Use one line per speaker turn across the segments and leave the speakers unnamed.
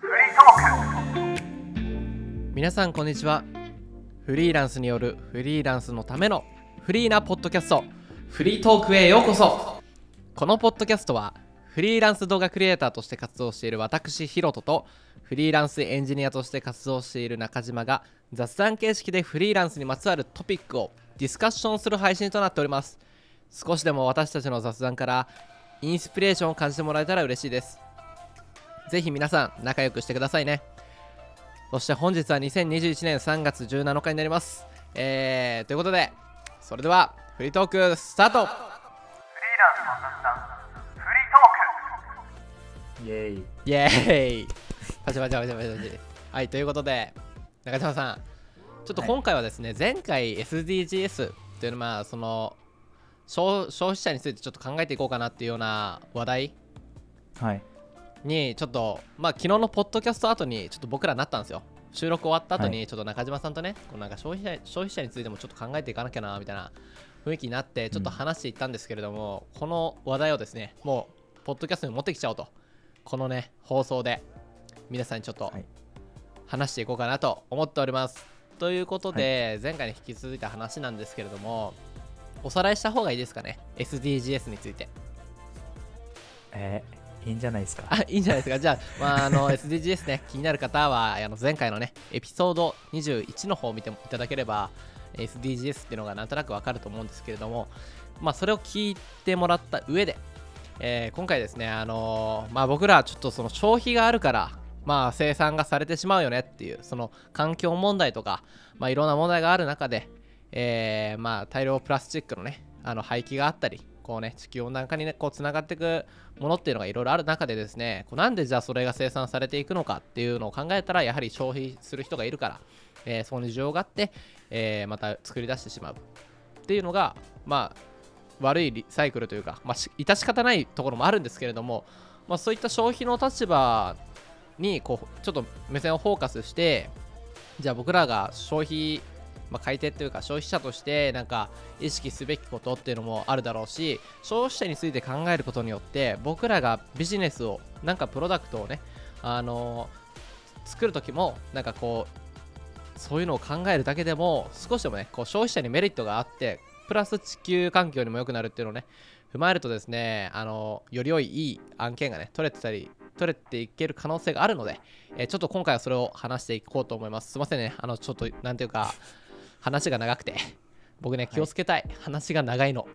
フリートーク
皆さんこんにちはフリーランスによるフリーランスのためのフリーなポッドキャストフリートークへようこそこのポッドキャストはフリーランス動画クリエイターとして活動している私ヒロトとフリーランスエンジニアとして活動している中島が雑談形式でフリーランスにまつわるトピックをディスカッションする配信となっております少しでも私たちの雑談からインスピレーションを感じてもらえたら嬉しいですぜひ皆さん仲良くしてくださいねそして本日は2021年3月17日になります。えー、ということで、それではフリートークスタート
フリーランスの雑談フリートーク
イエーイ
イエーイパチパチパチパチパチ。はい、ということで、中島さん、ちょっと今回はですね、前回 SDGs というのは、まあ、その消、消費者についてちょっと考えていこうかなっていうような話題
はい
にちょっとまあ昨日のポッドキャスト後にちょっと僕らなったんですよ収録終わった後にちょっと中島さんとね、こうなんか消費者消費者についてもちょっと考えていかなきゃなみたいな雰囲気になってちょっと話していったんですけれども、この話題をですねもうポッドキャストに持ってきちゃおうとこのね放送で皆さんにちょっと
はい
話していこうかなと思っております、ということで、前回に引き続いた話なんですけれどもおさらいした方がいいですかね SDGs について
えー、いいんじゃないですか
あいいんじゃないですかじゃあ,、まあ、あ の SDGs ね気になる方はあの前回のねエピソード21の方を見ていただければ SDGs っていうのがなんとなくわかると思うんですけれども、まあ、それを聞いてもらった上で、えー今回ですね、あのーまあ、僕らはちょっとその消費があるから、まあ、生産がされてしまうよねっていうその環境問題とか、まあ、いろんな問題がある中で、えーまあ、大量プラスチックのねあの廃棄があったりこうね地球温暖化にねこうつながっていくものっていうのがいろいろある中でですねこうなんでじゃあそれが生産されていくのかっていうのを考えたらやはり消費する人がいるから、えーそこに需要があって、えーまた作り出してしまうっていうのがまあ悪いリサイクルというか、まあ、し致し方ないところもあるんですけれども、まあ、そういった消費の立場にこうちょっと目線をフォーカスしてじゃあ僕らが消費、まあ、買い手というか消費者としてなんか意識すべきことっていうのもあるだろうし消費者について考えることによって僕らがビジネスをなんかプロダクトをねあの作る時もなんかこうそういうのを考えるだけでも少しでもねこう消費者にメリットがあってプラス地球環境にも良くなるっていうのをね踏まえるとですねあのより良いいい案件がね取れてたり取れていける可能性があるので、えーちょっと今回はそれを話していこうと思いますすいませんねあのちょっとなんていうか話が長くて僕ね
い
気をつけたい、話が長いの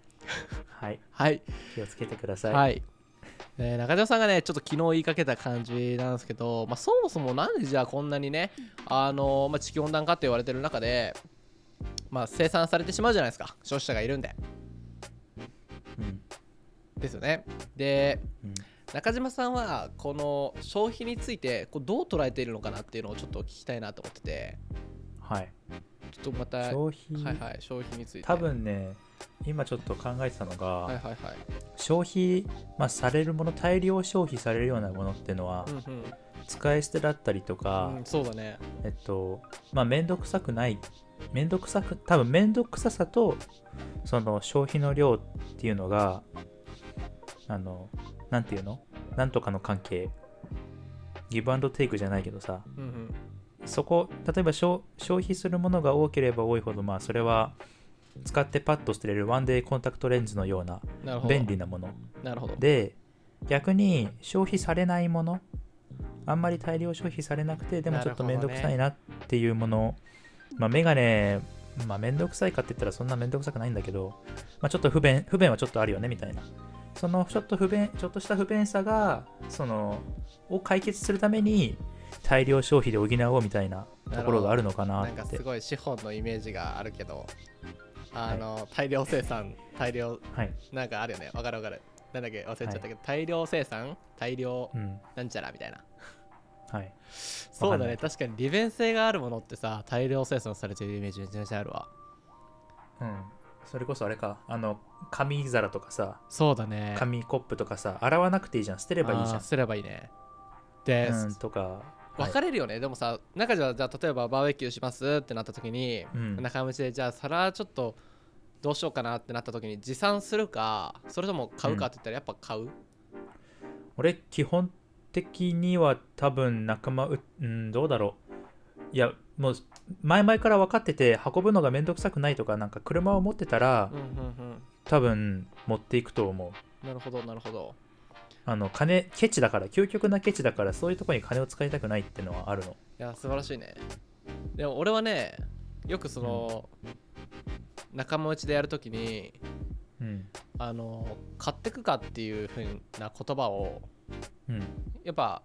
はい
はい
気をつけてくださ
はいい、ね中島さんがねちょっと昨日言いかけた感じなんですけど、まあ、そもそもなんでじゃあこんなにねあの、まあ、地球温暖化って言われてる中で、まあ、生産されてしまうじゃないですか消費者がいるんで
うん
ですよねで
うん
中島さんはこの消費についてこうどう捉えているのかなっていうのをちょっと聞きたいなと思ってて
はい
ちょっとまたはい
消費、
はい消費について
多分ね今ちょっと考えてたのが、
はいはいはい
消費、まあ、されるもの大量消費されるようなものっていうのは、
うんうん
使い捨てだったりとか、
うんそうだね
えっとまあ面倒くさくない面倒くさく多分面倒くささとその消費の量っていうのがあのなんていうのなんとかの関係ギブアンドテイクじゃないけどさ
うんうん
そこ例えば消消費するものが多ければ多いほどまあそれは使ってパッと捨てれるワンデーコンタクトレンズのような
なるほど
便利なもの
なるほど
で逆に消費されないものあんまり大量消費されなくてでも
な
ち
る
ょっ
ほど
と
ね
面倒くさいなっていうもの、まあメガネまあ面倒くさいかって言ったらそんな面倒くさくないんだけど、まあ、ちょっと不便不便はちょっとあるよねみたいなそのちょっと不便ちょっとした不便さがそのを解決するために大量消費で補おうみたいなところがあるのかな
な
っ
んか
て
すごい資本のイメージがあるけどあの、大量生産大量
はい、
なんかあるよねわかるわかるなんだっけ忘れちゃったけど、大量生産大量
うん
なんちゃらみたいな
はい、
そうだ
わかんな
ね
い
確かに利便性があるものってさ大量生産されてるイメージめちゃめちゃあるわ
うん、それこそあれかあの紙皿とかさ
そうだね
紙コップとかさ洗わなくていいじゃん捨てればいいじゃ
あーすればいいねで、
ん、うん、とか
分かれるよねでもさ中じゃじゃあ例えばバーベキューしますってなった時に、
うん
中道でじゃあ皿ちょっとどうしようかなってなった時に持参するかそれとも買うかって言ったらやっぱ買う、
俺基本的には多分仲間う、うん、どうだろう。いや、もう前々から分かってて、運ぶのがめんどくさくないとか、なんか車を持ってたら
うん、うんうん
多分持っていくと思う。
なるほどなるほど
あの、金、ケチだから、究極なケチだから、そういうとこに金を使いたくないってのはあるの。
いや素晴らしいねでも俺はねよくその、仲間内でやるときに
うん。
あの買ってくかっていうふうな言葉を
うん。
やっぱ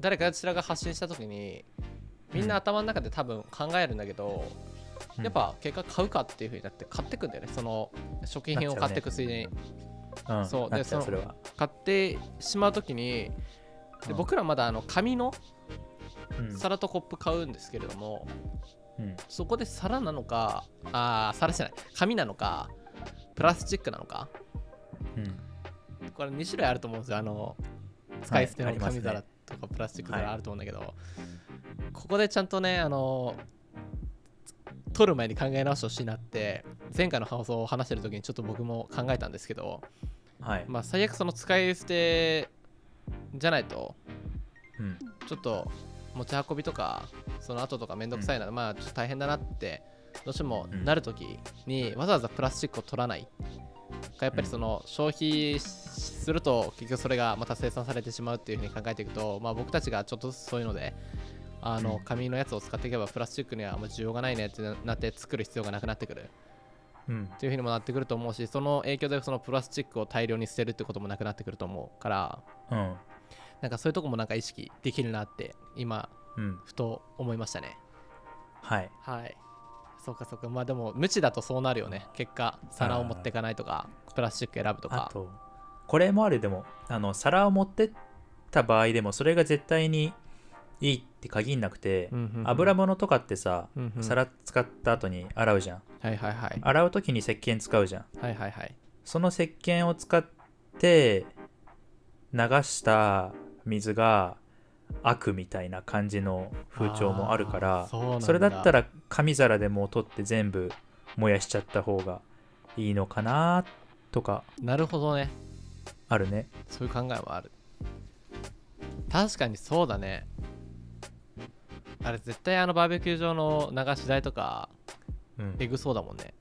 誰かしらが発信した時にみんな
うん
頭の中で多分考えるんだけど、
うん
やっぱ結果買うかっていう風になって買ってくんだよねその初期品を買ってくついでに
うん、
そう
な
で
っちゃ
その
それは。
買ってしまう時に
う
で
ん、
僕らまだあの紙の
うん、
皿とコップ買うんですけれども
うん
そこで皿なのかあー皿じゃない紙なのかプラスチックなのか
うん
これ2種類あると思うんですよあの使い捨ての
あります
紙
ね
皿とかプラスチック
は
皿
い
あると思うんだけど、ここでちゃんとねあの取る前に考え直してほしいなって前回の放送を話してる時にちょっと僕も考えたんですけど、
はい。
まあ、最悪その使い捨てじゃないと
うん。
ちょっと持ち運びとかその後とかめんどくさいな、まあちょっと大変だなってどうしてもなる時にわざわざプラスチックを取らないがやっぱりその消費すると結局それがまた生産されてしまうっていうふうに考えていくと、まあ、僕たちがちょっとずつそういうのであの
うん
紙のやつを使っていけばプラスチックにはもう需要がないねってなって作る必要がなくなってくる
うん。
っていうふうにもなってくると思うしその影響でそのプラスチックを大量に捨てるってこともなくなってくると思うから
うん。
なんかそういうとこもなんか意識できるなって今
うん。
ふと思いましたね
はい。
はいそうかそうかまあでも無知だとそうなるよね結果皿を持っていかないとかプラスチック選ぶと
あ
か
と、これもあるでも、あの、皿を持ってった場合でも、それが絶対にいいって限んなくて、
うんうんうん
油物とかってさ、
うんうん
皿使った後に洗うじゃん。
はいはいはい
洗う時に石鹸使うじゃん。
はいはいはい
その石鹸を使って流した水が悪みたいな感じの風潮もあるから
あーそうなんだ
れだったら紙皿でもう取って全部燃やしちゃった方がいいのかなとか
なるほどね
あるね
そういう考えもある確かにそうだねあれ絶対あのバーベキュー場の流し台とか
うん
えぐそうだもんね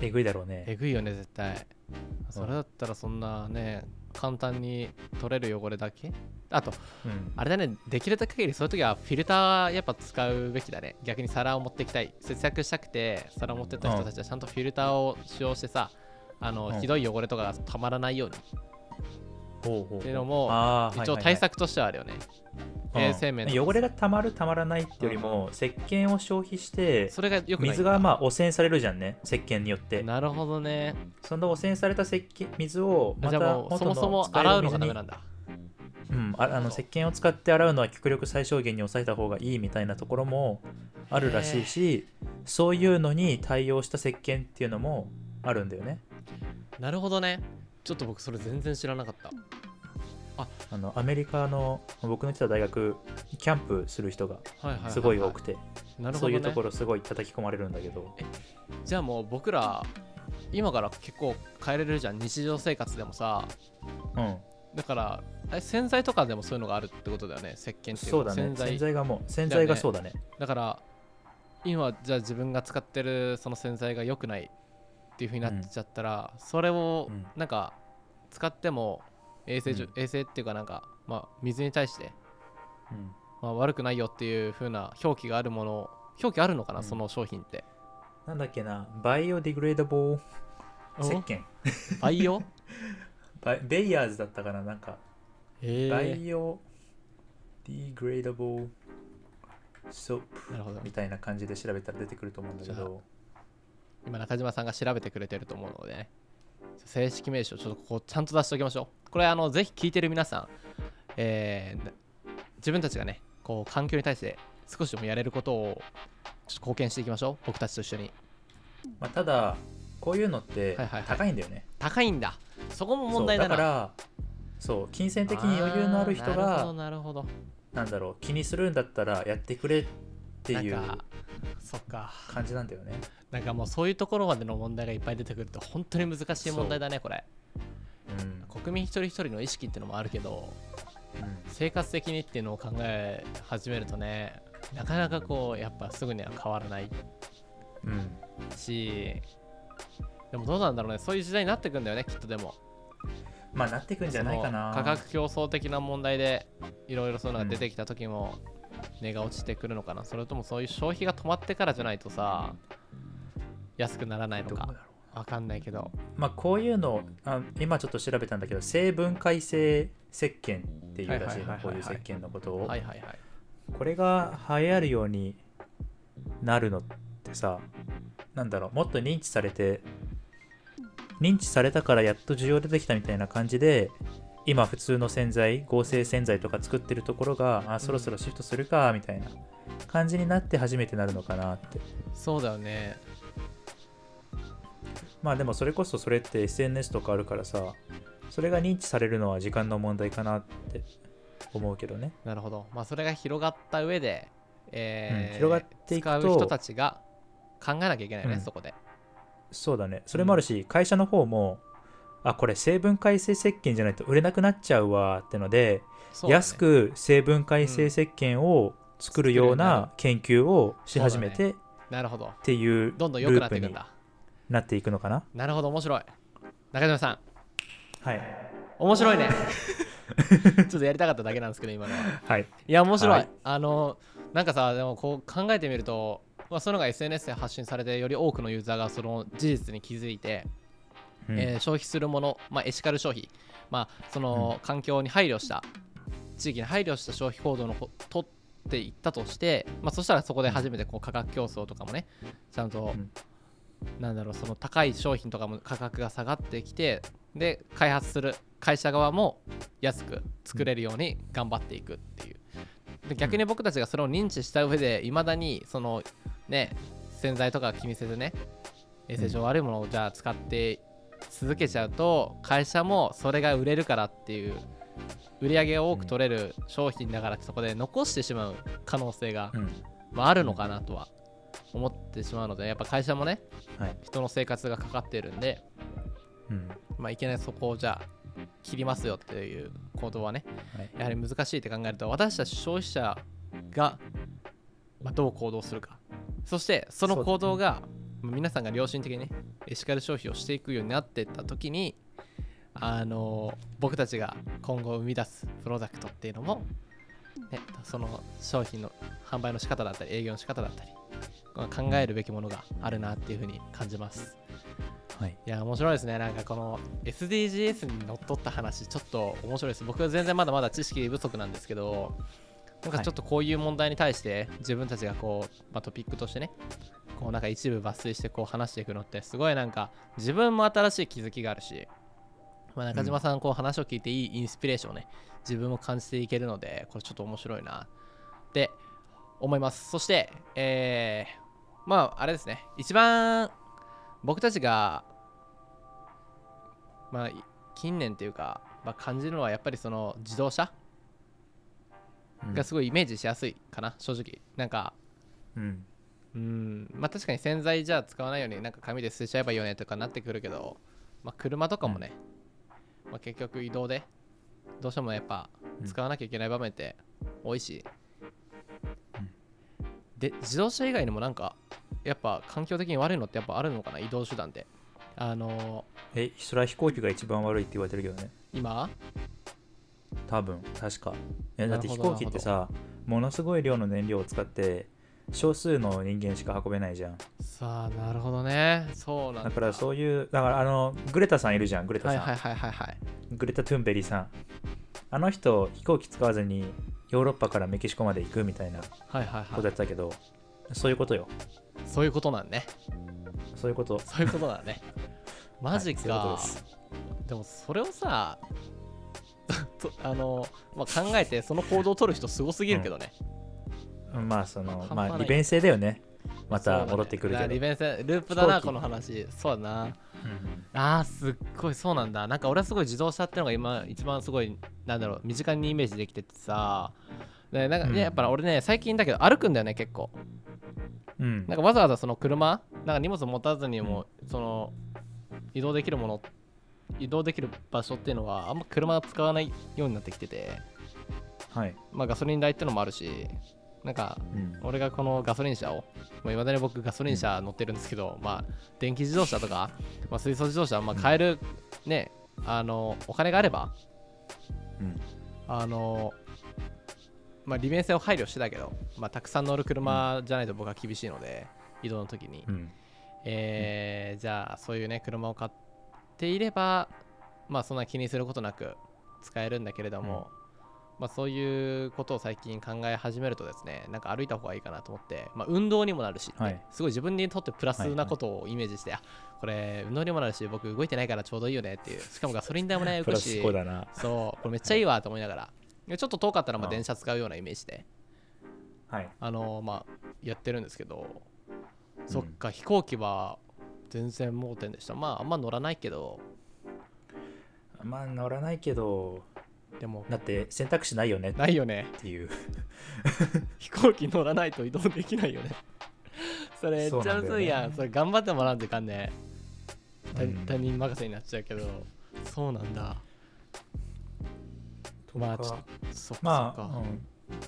えぐいだろうね
えぐいよね絶対それだったらそんなね簡単に取れる汚れだけあと
うん
あれだね、できる限りそういう時はフィルターやっぱ使うべきだね。逆に皿を持っていきたい。節約したくて、皿を持ってった人たちはちゃんとフィルターを使用してさ、あの、
うん
ひどい汚れとかがたまらないように。
ほうほうほう
っていうのも
あ
一応
ーはいはいはい
対策としてはあるよね。衛生面とか
うん汚れがたまるたまらないってよりも、石鹸を消費して
それがよくないんだ。
水がまあ汚染されるじゃんね石鹸によって
なるほどね。
その汚染された石鹸水を
あ
ま
じ
た
ゃあもうそ
元
もそ
の
も
使え
洗う
る
のがダ
水
メ
に
なんだ。
うんああの石鹸を使って洗うのは極力最小限に抑えた方がいいみたいなところもあるらしいしそういうのに対応した石鹸っていうのもあるんだよね
なるほどね。ちょっと僕それ全然知らなかった。
あのアメリカの僕の行ってた大学キャンプする人が
はいはいはは
すごい多くて、
なる
そ
ほ
うい
ど
うと
ね
こ。ろすごい叩き込まれるんだけど
じゃあもう僕ら、今から結構変えれるじゃん。日常生活でもさ、
うん
だからえ洗剤とかでもそういうのがあるってことだよね石鹸っていうか
そうだね
洗
洗剤
剤
がもう洗剤がそうだね
だから今じゃあ自分が使ってるその洗剤が良くないっていう風になっちゃったら、それを
うん
なんか使っても衛生上、
うん
衛生っていうかなんかまあ水に対して、
うん
まあ、悪くないよっていう風な表記があるものを表記あるのかな、
うん
その商品って
なんだっけなバイオディグレーダボー石鹸
バイ オ
バイベイヤーズだったかななんかバ
へ
イオディグレーダボーソープ
えなるほど
みたいな感じで調べたら出てくると思うんだけ
じゃ
ど
今中島さんが調べてくれてると思うので、ね、正式名称ちょっとここちゃんと出しておきましょうこれあのぜひ聞いてる皆さん、えーな自分たちがねこう環境に対して少しでもやれることをちょっと貢献していきましょう僕たちと一緒に
まあ、ただこういうのって
はいはいはい
高いんだよね、
高いんだそこも問題
そ
だ
う
な
だからそう金銭的に余裕のある人
ー
が
なるほどなるほ
なんだろう気にするんだったらやってくれって
ど
いう
なんかそっか
感じなんだよね
なんかもうそういうところまでの問題がいっぱい出てくると本当に難しい問題だねこれ
うん
国民一人一人の意識ってのもあるけど生活的にっていうのを考え始めるとねなかなかこうやっぱすぐには変わらない
うんうん
しでもどうなんだろうねそういう時代になってくんだよねきっとでも
まあなってくんじゃないかな
その価格競争的な問題でいろいろそういうのが出てきた時も値が落ちてくるのかな、それともそういう消費が止まってからじゃないとさ安くならないの
どうだろ
かわかんないけど
うまあこういうのあ今ちょっと調べたんだけど成分解性石鹸っていうらしい
はいはいはいはいは
の
い
こういう石鹸のことを、
はいはいはい
これが流行るようになるのってさなんだろうもっと認知されて認知されたからやっと需要出てきたみたいな感じで今普通の洗剤合成洗剤とか作ってるところがあそろそろシフトするかみたいな感じになって初めてなるのかなって
そうだよね
まあでもそれこそそれって SNS とかあるからさそれが認知されるのは時間の問題かなって思うけどね
なるほどまあそれが広がった上で、えー
うん広がっていく
使
と
う人たちが考えなきゃいけないよね、
うん
そこで
そうだね。それもあるし、会社の方も、あ、これ成分解性石鹸じゃないと売れなくなっちゃうわってので、
そうだね
安く成分解性石鹸を作るような研究をし始めてっ
なるほど
ていうル
どんどん良くな
ー
って
プ
いくん
に
だ
なっていくのかな。
なるほど面白い中島さん
はい。
面白いね ちょっとやりたかっただけなんですけど今のは
はい。
いや面白い、
はい
あのなんかさでもこう考えてみると、まあ、そういうのが SNS で発信されてより多くのユーザーがその事実に気づいて、
うん
えー消費するもの、まあ、エシカル消費、まあ、その環境に配慮した地域に配慮した消費行動のこ取っていったとして、まあ、そしたらそこで初めてこう価格競争とかもねちゃんと、
うん
なんだろうその高い商品とかも価格が下がってきてで開発する会社側も安く作れるように頑張っていくっていうで逆に僕たちがそれを認知した上でいまだにそのね洗剤とか気にせずね衛生上悪いものをじゃあ使って続けちゃうと会社もそれが売れるからっていう売り上げを多く取れる商品だからってそこで残してしまう可能性が
うん。
まあ、あるのかなとは思ってしまうのでやっぱ会社もね
はい。
人の生活がかかってるんで、
うん。
まあ、いけないそこをじゃあ切りますよっていう行動はね
はい。
やはり難しいって考えると私たち消費者が、まあ、どう行動するかそしてその行動が、まあ皆さんが良心的にねエシカル消費をしていくようになっていった時にあの僕たちが今後生み出すプロダクトっていうのも、ね、その商品の販売の仕方だったり営業の仕方だったりまあ考えるべきものがあるなっていうふうに感じます。
はい。
いや面白いですねなんかこの SDGs にのっとった話ちょっと面白いです僕は全然まだまだ知識不足なんですけどなんかちょっとこういう問題に対して自分たちがこう、まあ、トピックとしてねこうなんか一部抜粋してこう話していくのってすごいなんか自分も新しい気づきがあるし、まあ、中島さんこう話を聞いていいインスピレーションをね自分も感じていけるのでこれちょっと面白いなって思いますそしてえー、まああれですね一番僕たちがまあい近年というか、まあ、感じるのはやっぱりその自動車
うん
がすごいイメージしやすいかな、正直なんか
うん。
うんまあ確かに洗剤じゃ使わないようになんか紙で捨てちゃえばいいよねとかなってくるけど、まあ、車とかもね、まあ、結局移動でどうしてもやっぱ
うん
使わなきゃいけない場面って多いし、
うん
で自動車以外にもなんかやっぱ環境的に悪いのってやっぱあるのかな移動手段であの
え、それは飛行機が一番悪いって言われてるけどね。
ー今
多分確かえだって
な
飛
るほど
行機ってさものすごい量の燃料を使って少数の人間しか運べないじゃん
さあなるほどねそうなんだ
だからそういうだからあのグレタさんいるじゃんグレタ
は
さ
い
ん、
はいはいはいはい
グレタ・トゥーンベリーさんあの人飛行機使わずにヨーロッパからメキシコまで行くみたいなこ
はいはい
と
は
や
い
ってたけどそういうことよ
そういうことなんね
そういうこと
そういうことだね マジか、
はいそういうこ
でもそれをさ とあの、まあ、考えてその行動を取る人すごすぎるけどね、
とですまあその
半端ない
まあ利便性だよねま
そうだ
た
ね
戻ってくる
だか
け
ら
ど、
利便性ループだな
飛行機
この話そうだな
うん
あーすっごいそうなんだなんか俺はすごい自動車ってのが今一番すごいなんだろう身近にイメージできててさでなんか、
うん
ねやっぱ俺ね最近だけど歩くんだよね結構
うん
なんかわざわざその車なんか荷物持たずにも、その移動できるもの移動できる場所っていうのはあんま車使わないようになってきてて
はい。
まあ、ガソリン代ってのもあるしなんか
うん。
俺がこのガソリン車をいまあ、未だに僕ガソリン車乗ってるんですけど、まあ、電気自動車とか、まあ、水素自動車、まあ、買える、ね、あのお金があれば
うん。
あの、まあ、利便性を配慮してたけど、まあ、たくさん乗る車じゃないと僕は厳しいので移動の時に、
うん。
えーじゃあそういうね車を買っていればまあそんな気にすることなく使えるんだけれども、まあそういうことを最近考え始めるとですねなんか歩いた方がいいかなと思って、まあ、運動にもなるし、
はい
すごい自分にとってプラス
はいは
ないことをイメージして、あこれ運動にもなるし僕動いてないからちょうどいいよねっていうしかもガソリン代もね浮
プ
く
ラス
し
こうだな。
そうこれめっちゃいいわと思いながらでちょっと遠かったらまあ
うん
電車使うようなイメージで
はい。
あのまあやってるんですけど、そっ
うん
か飛行機は全然盲点でしたまああんま乗らないけど
まあ乗らないけど、
でも
だって選択肢ないよねっ
ないよね
ていう。
飛行機乗らないと移動できないよね それめっ
そう
ちゃ
なん
む
だよ
ず
ね
いやんそれ頑張ってもらわんといかんね他
うん
他人任せになっちゃうけどそうなんだまあちょっそっか
ま
そ
あ
っか、
うん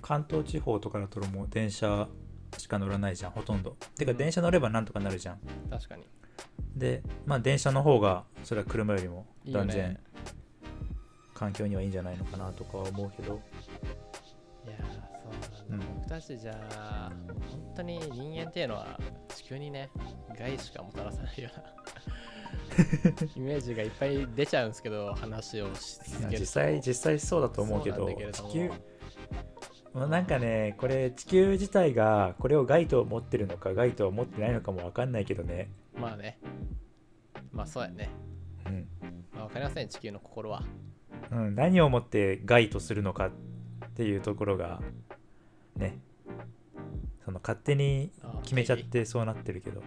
関東地方とかだともう電車しか乗らないじゃんほとんどて
う
か
ん
電車乗ればなんとかなるじゃん、
確かに
でまあ電車の方がそれは車よりも
いいよ
断
ね
然環境にはいいんじゃないのかなとかは思うけど
いやーそうなんだ、
うん
僕たちじゃあ本当に人間っていうのは地球にね害しかもたらさないよ うなイメージがいっぱい出ちゃうんですけど話をし続けると
実際実際そうだと思うけ
そ
ど
うなんだけれども
地球まあなんかねこれ地球自体がこれを害と思ってるのか害とは思ってないのかもわかんないけどね
まあねまあそうやね、
うん
まあ、分かりません地球の心は
うん、何をもって害とするのかっていうところがねその勝手に決めちゃってそうなってるけど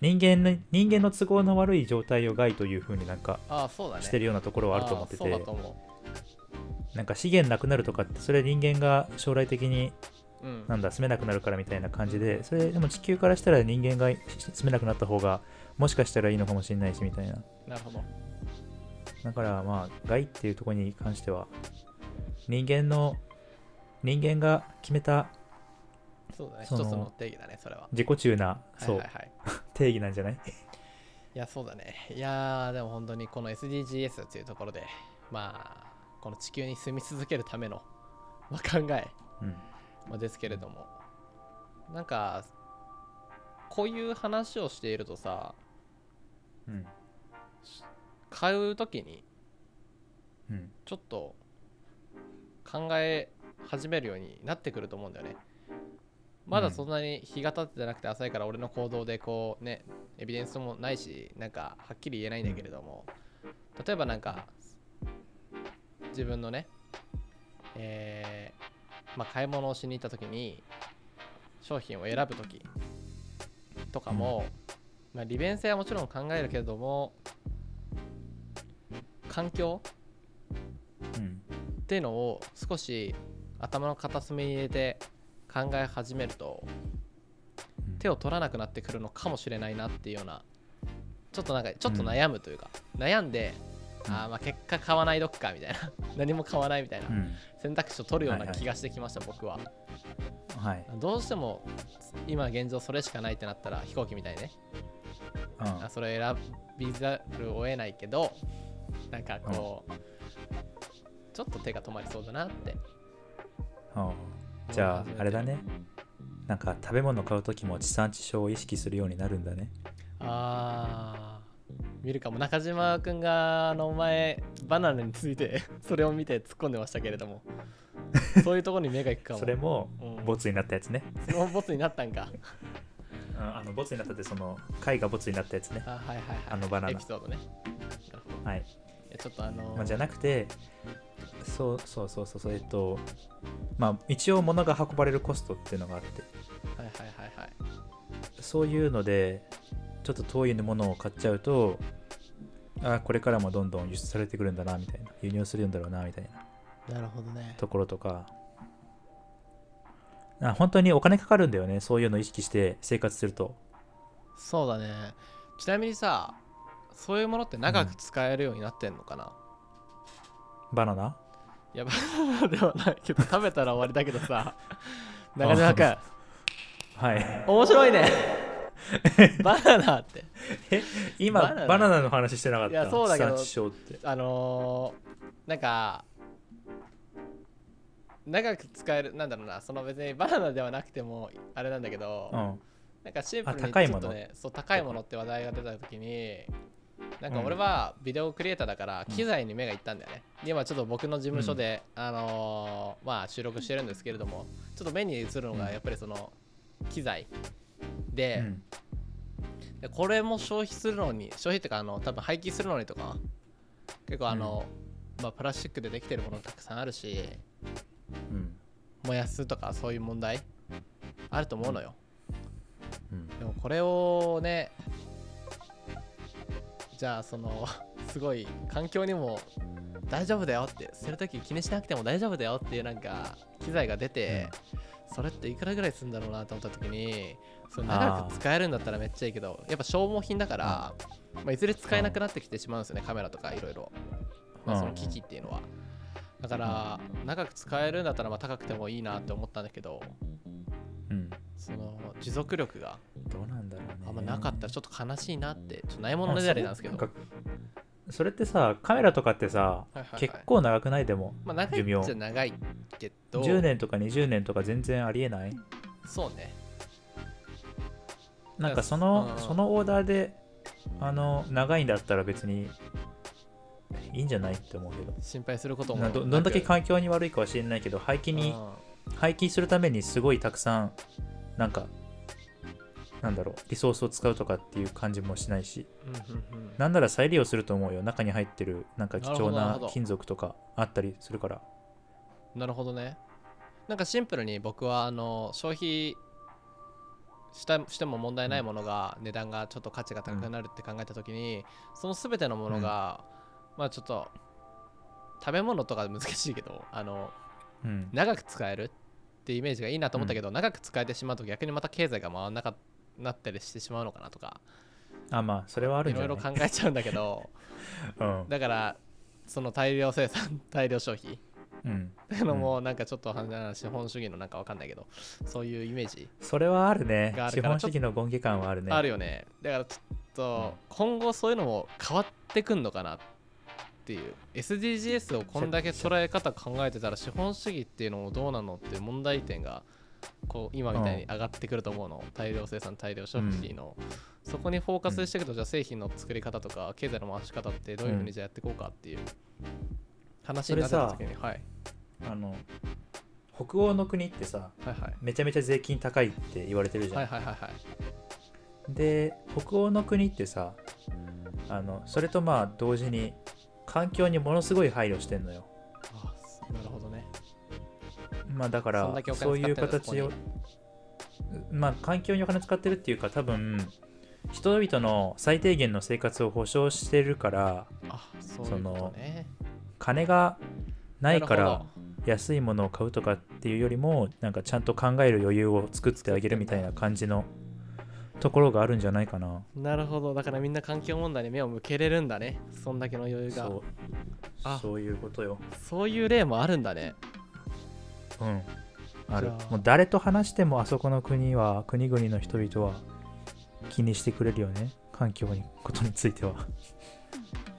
人間の人間の都合の悪い状態を害というふうになんか
ああそうだね
してるようなところはあると思っ
あ
て
あそ
て
うだと思
なんか資源なくなるとかってそれは人間が将来的に
ううん
なんだ住めなくなるからみたいな感じでそれでも地球からしたら人間がし住めなくなった方がもしかしたらいいのかもしれないしみたいな
なるほど
だからまあ害っていうところに関しては人間の人間が決めた
そうだね一
そ
つ
の
の定義だねそれは
自己中なそう、
はいはいはい
定義なんじゃない
いや、そうだね。いやー、でも本当にこの SDGs というところで、まあ、この地球に住み続けるための、まあ、考え、
うん
まあ、ですけれども、なんか、こういう話をしているとさ、
うん
買うときに
うん
ちょっと考え始めるようになってくると思うんだよね。まだ
うん
そんなに日が経ってなくて浅いから俺の行動でこうねエビデンスもないしなんかはっきり言えないんだけれども例えばなんか自分のねえーまあ買い物をしに行った時に商品を選ぶ時とかも、まあ、利便性はもちろん考えるけれども環境
うん
っていうのを少し頭の片隅に入れて考え始めると
うん
手を取らなくなってくるのかもしれないなっていうようなちょっとなんかちょっと悩むというか、悩んで、
うん
あーまあ結果買わないどっかみたいな 何も買わないみたいな
うん
選択肢を取るよう
は
ない
はい
気がしてきました、僕は
はい
どうしても今現状それしかないってなったら飛行機みたいにねあそれを選びざるを得ないけどなんかこう、ちょっと手が止まりそうだなって
うんうんじゃああれだねなんか食べ物買う時も地産地消を意識するようになるんだね
あー見るかも中島君があの前バナナについて それを見て突っ込んでましたけれどもそういうところに目がいくかも
それも
うん
ボツになったやつね、
そのボツになったんか
うんあのボツになったってその貝がボツになったやつね
あはいはいはい
あのバナナ
エピソードねなるほどい
はい
やちょっとあのー
まあ、じゃなくてそうそうそうそうそうえっとまあ一応物が運ばれるコストっていうのがあって
はいはいはいはい
そういうのでちょっと遠いものを買っちゃうとあこれからもどんどん輸出されてくるんだなみたいな輸入するんだろうなみたいな
なるほどね
ところとかあ本当にお金かかるんだよねそういうのを意識して生活すると
そうだねちなみにさそういうものって長く使えるようになってんのかな、
バナナ
いやバナ ナではないけど食べたら終わりだけど さ中島君
はい。
面白い ねバナナって
え、今、
バナナ
バナナの話してなかった。
いやそうだけど
地産地消って。
あのー、なんか長く使えるなんだろうなその別にバナナではなくてもあれなんだけど、
うん。
なんかシンプルに
あ高い
ちょ
も
っ
の
とねそう高いものって話題が出た時になんか俺はビデオクリエイターだから
うん
機材に目がいったんだよね、で今ちょっと僕の事務所で、あのーまあ収録してるんですけれどもちょっと目に映るの
う
が
ん
やっぱりその機材
う
で、
ん。
でこれも消費するのに消費っていうかあの多分廃棄するのにとか結構あの、まあ、プラスチックでできてるものたくさんあるし
うん。
燃やすとかそういう問題あると思うのよ、
うん
でもこれをねじゃあその すごい環境にも大丈夫だよってするとき気にしなくても大丈夫だよっていうなんか機材が出て、それっていくらぐらいするんだろうなと思った時にそれ長く使えるんだったらめっちゃいいけどやっぱ消耗品だから、まあ、いずれ使えなくなってきてしまうんですよねカメラとかいろいろ、まあ、その機器っていうのはだから長く使えるんだったらまあ高くてもいいなって思ったんだけど
うん。
その持続力が
どうなんだろうね。
あんまなかったらちょっと悲しいなって、ちょっとない
と
ものねだりなんですけど。
かそれってさ、カメラとかってさ、
はいはいはい
結構長くないでも。
まあ、長い
寿命
っちゃ長いけど、
10年とか20年とか全然ありえない
そうね。
なんかその、
うん
そのオーダーであの長いんだったら別にいいんじゃないって思うけど
心配すること
な
も。
どどんだけ環境に悪いかは知れないけど廃棄
境
に廃棄するためにすごいたくさんなんかなんだろうリソースを使うとかっていう感じもしないしなんなら再利用すると思うよ中に入ってるなんか貴重
なる
な
ほど
金属とかあったりするから
なるほどね。なんかシンプルに僕はあの消費したしても問題ないものが値段がちょっと価値が高くなるって考えた時に、その全てのものが、まあちょっと食べ物とか難しいけどあの
うん
長く使えるってイメージがいいなと思ったけど、長く使えてしまうと逆にまた経済が回らなかなったりしてしまうのかなとか
あまあそれはある
い
ん
ろ
じゃ
い
な
ろ
い
考えちゃうんだけ ど
うん
だからその大量生産大量消費っ
うん
ていうのもなんかちょっと資本主義のなんかわかんないけどそういうイメージ
それはあるね
があ
資
るから
本主義の権限感はあるね
あるよねだからちょっと今後そういうのも変わってくんのかなっていう SDGs をこんだけ捉え方考えてたら資本主義っていうのもどうなのっていう問題点がこう今みたいに上がってくると思うの、大量生産大量消費の、そこにフォーカスしていくと、じゃあ製品の作り方とか経済の回し方ってどういうふう
うん
にじゃあやっていこうかっていう話になってた時にはい
あの北欧の国ってさ
はいはい
めちゃめちゃ税金高いって言われてるじゃん、
はいはいはいはい
で北欧の国ってさあのそれとまあ同時に環境にものすごい配慮してんのよ
ああなるほどね
まあだか
そん
ら
だけお金使
そういう
ってん
形
だ
をまあ環境にお金使ってるっていうか多分人々の最低限の生活を保障してるから
あそういうことね
金がないか
なる
ら
ほど
安いものを買うとかっていうよりもなんかちゃんと考える余裕を作ってあげるみたいな感じのところがあるんじゃないかな
なるほどだからみんな環境問題に目を向けれるんだねそんだけの余裕が
そ
そうあ
そういうことよ
ういう例もあるんだね
うんある
じゃあ
もう誰と話してもあそこの国は国々の人々は気にしてくれるよね環境にことについては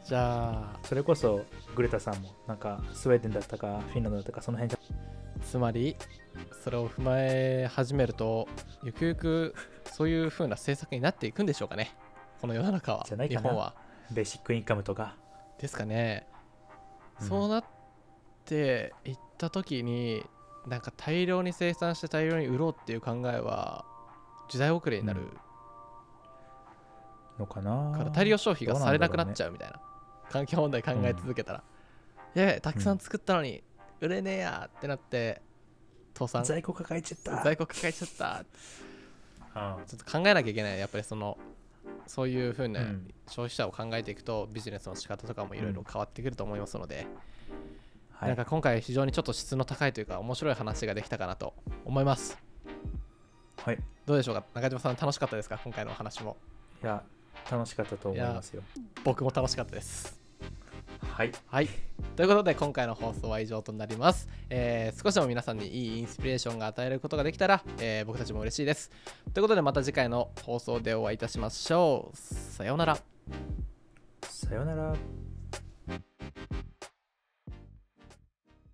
じゃあ
それこそグレタさんもなんかスウェーデンだったかフィンランドだったかその辺じ
つまりそれを踏まえ始めるとゆくゆくそういう風な政策になっていくんでしょうかねこの世の中は
じゃないか
日
な
本は
ゃベーシックインカムとか
ですかね、
うん
そうなっていった時になんか大量に生産して大量に売ろうっていう考えは時代遅れになる
のかな
から大量消費がされなくなっちゃうみたいな環境問題考え続けたら、いやいやたくさん作ったのに売れねえやってなって倒産
在庫抱えちゃった
在庫抱えちゃった
うん
ちょっと考えなきゃいけないやっぱりそのそういうふう
う
なん消費者を考えていくと、ビジネスの仕方とかもいろいろ変わってくると思いますので、
はい
なんか今回非常にちょっと質の高いというか面白い話ができたかなと思います
はい
どうでしょうか中島さん楽しかったですか今回のお話も
いや楽しかったと思いますよ
僕も楽しかったです
はい。
はい、ということで今回の放送は以上となります、えー少しでも皆さんにいいインスピレーションが与えることができたら、えー僕たちも嬉しいですということでまた次回の放送でお会いいたしましょうさようなら
さようなら。